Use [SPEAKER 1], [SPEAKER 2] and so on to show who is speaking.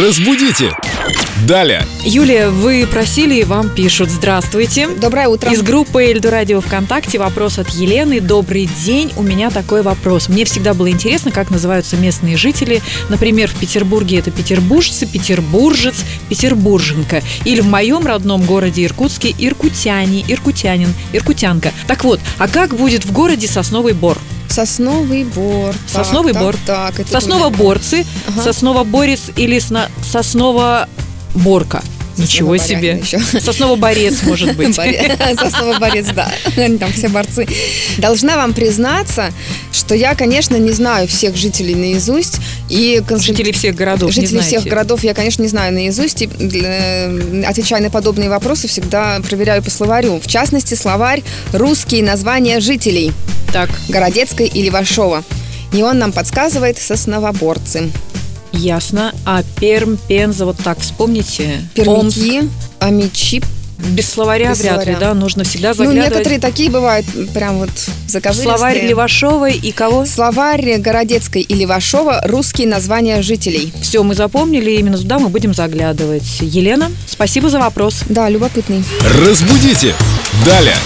[SPEAKER 1] Разбудите! Далее!
[SPEAKER 2] Юлия, вы просили и вам пишут. Здравствуйте.
[SPEAKER 3] Доброе утро.
[SPEAKER 2] Из группы Эльду Радио ВКонтакте вопрос от Елены. Добрый день, у меня такой вопрос. Мне всегда было интересно, как называются местные жители. Например, в Петербурге это петербуржцы, петербуржец, петербурженка. Или в моем родном городе Иркутске иркутяне, иркутянин, иркутянка. Так вот, а как будет в городе Сосновый Бор?
[SPEAKER 3] Сосновый бор. Так,
[SPEAKER 2] Сосновый
[SPEAKER 3] так,
[SPEAKER 2] бор.
[SPEAKER 3] Так, это
[SPEAKER 2] Сосновоборцы,
[SPEAKER 3] Ага.
[SPEAKER 2] сосновоборец или сна- сосновоборка. Ничего себе.
[SPEAKER 3] Еще.
[SPEAKER 2] Сосновоборец, может быть.
[SPEAKER 3] борец, да. Они там все борцы. Должна вам признаться, что я, конечно, не знаю всех жителей наизусть. И консуль-
[SPEAKER 2] Жители всех городов, не
[SPEAKER 3] Жителей всех
[SPEAKER 2] знаете.
[SPEAKER 3] городов я, конечно, не знаю наизусть. И, э, отвечая на подобные вопросы, всегда проверяю по словарю. В частности, словарь «Русские названия жителей»
[SPEAKER 2] Так,
[SPEAKER 3] Городецкой или Вашова. И он нам подсказывает «сосновоборцы».
[SPEAKER 2] ясно. А Перм, Пенза, вот так вспомните. Омск.
[SPEAKER 3] Пермики, Амичи,
[SPEAKER 2] Без словаря
[SPEAKER 3] Без
[SPEAKER 2] вряд ли,
[SPEAKER 3] словаря.
[SPEAKER 2] да, нужно всегда
[SPEAKER 3] Ну,
[SPEAKER 2] заглядывать.
[SPEAKER 3] некоторые такие бывают, прям вот
[SPEAKER 2] в
[SPEAKER 3] заковыристые.
[SPEAKER 2] Словарь Левашовой и кого?
[SPEAKER 3] Словарь Городецкой и Левашова «Русские названия жителей».
[SPEAKER 2] Все, мы запомнили, и именно туда мы будем заглядывать. Елена, спасибо за вопрос.
[SPEAKER 3] Да, любопытный.
[SPEAKER 1] Разбудите! Далее!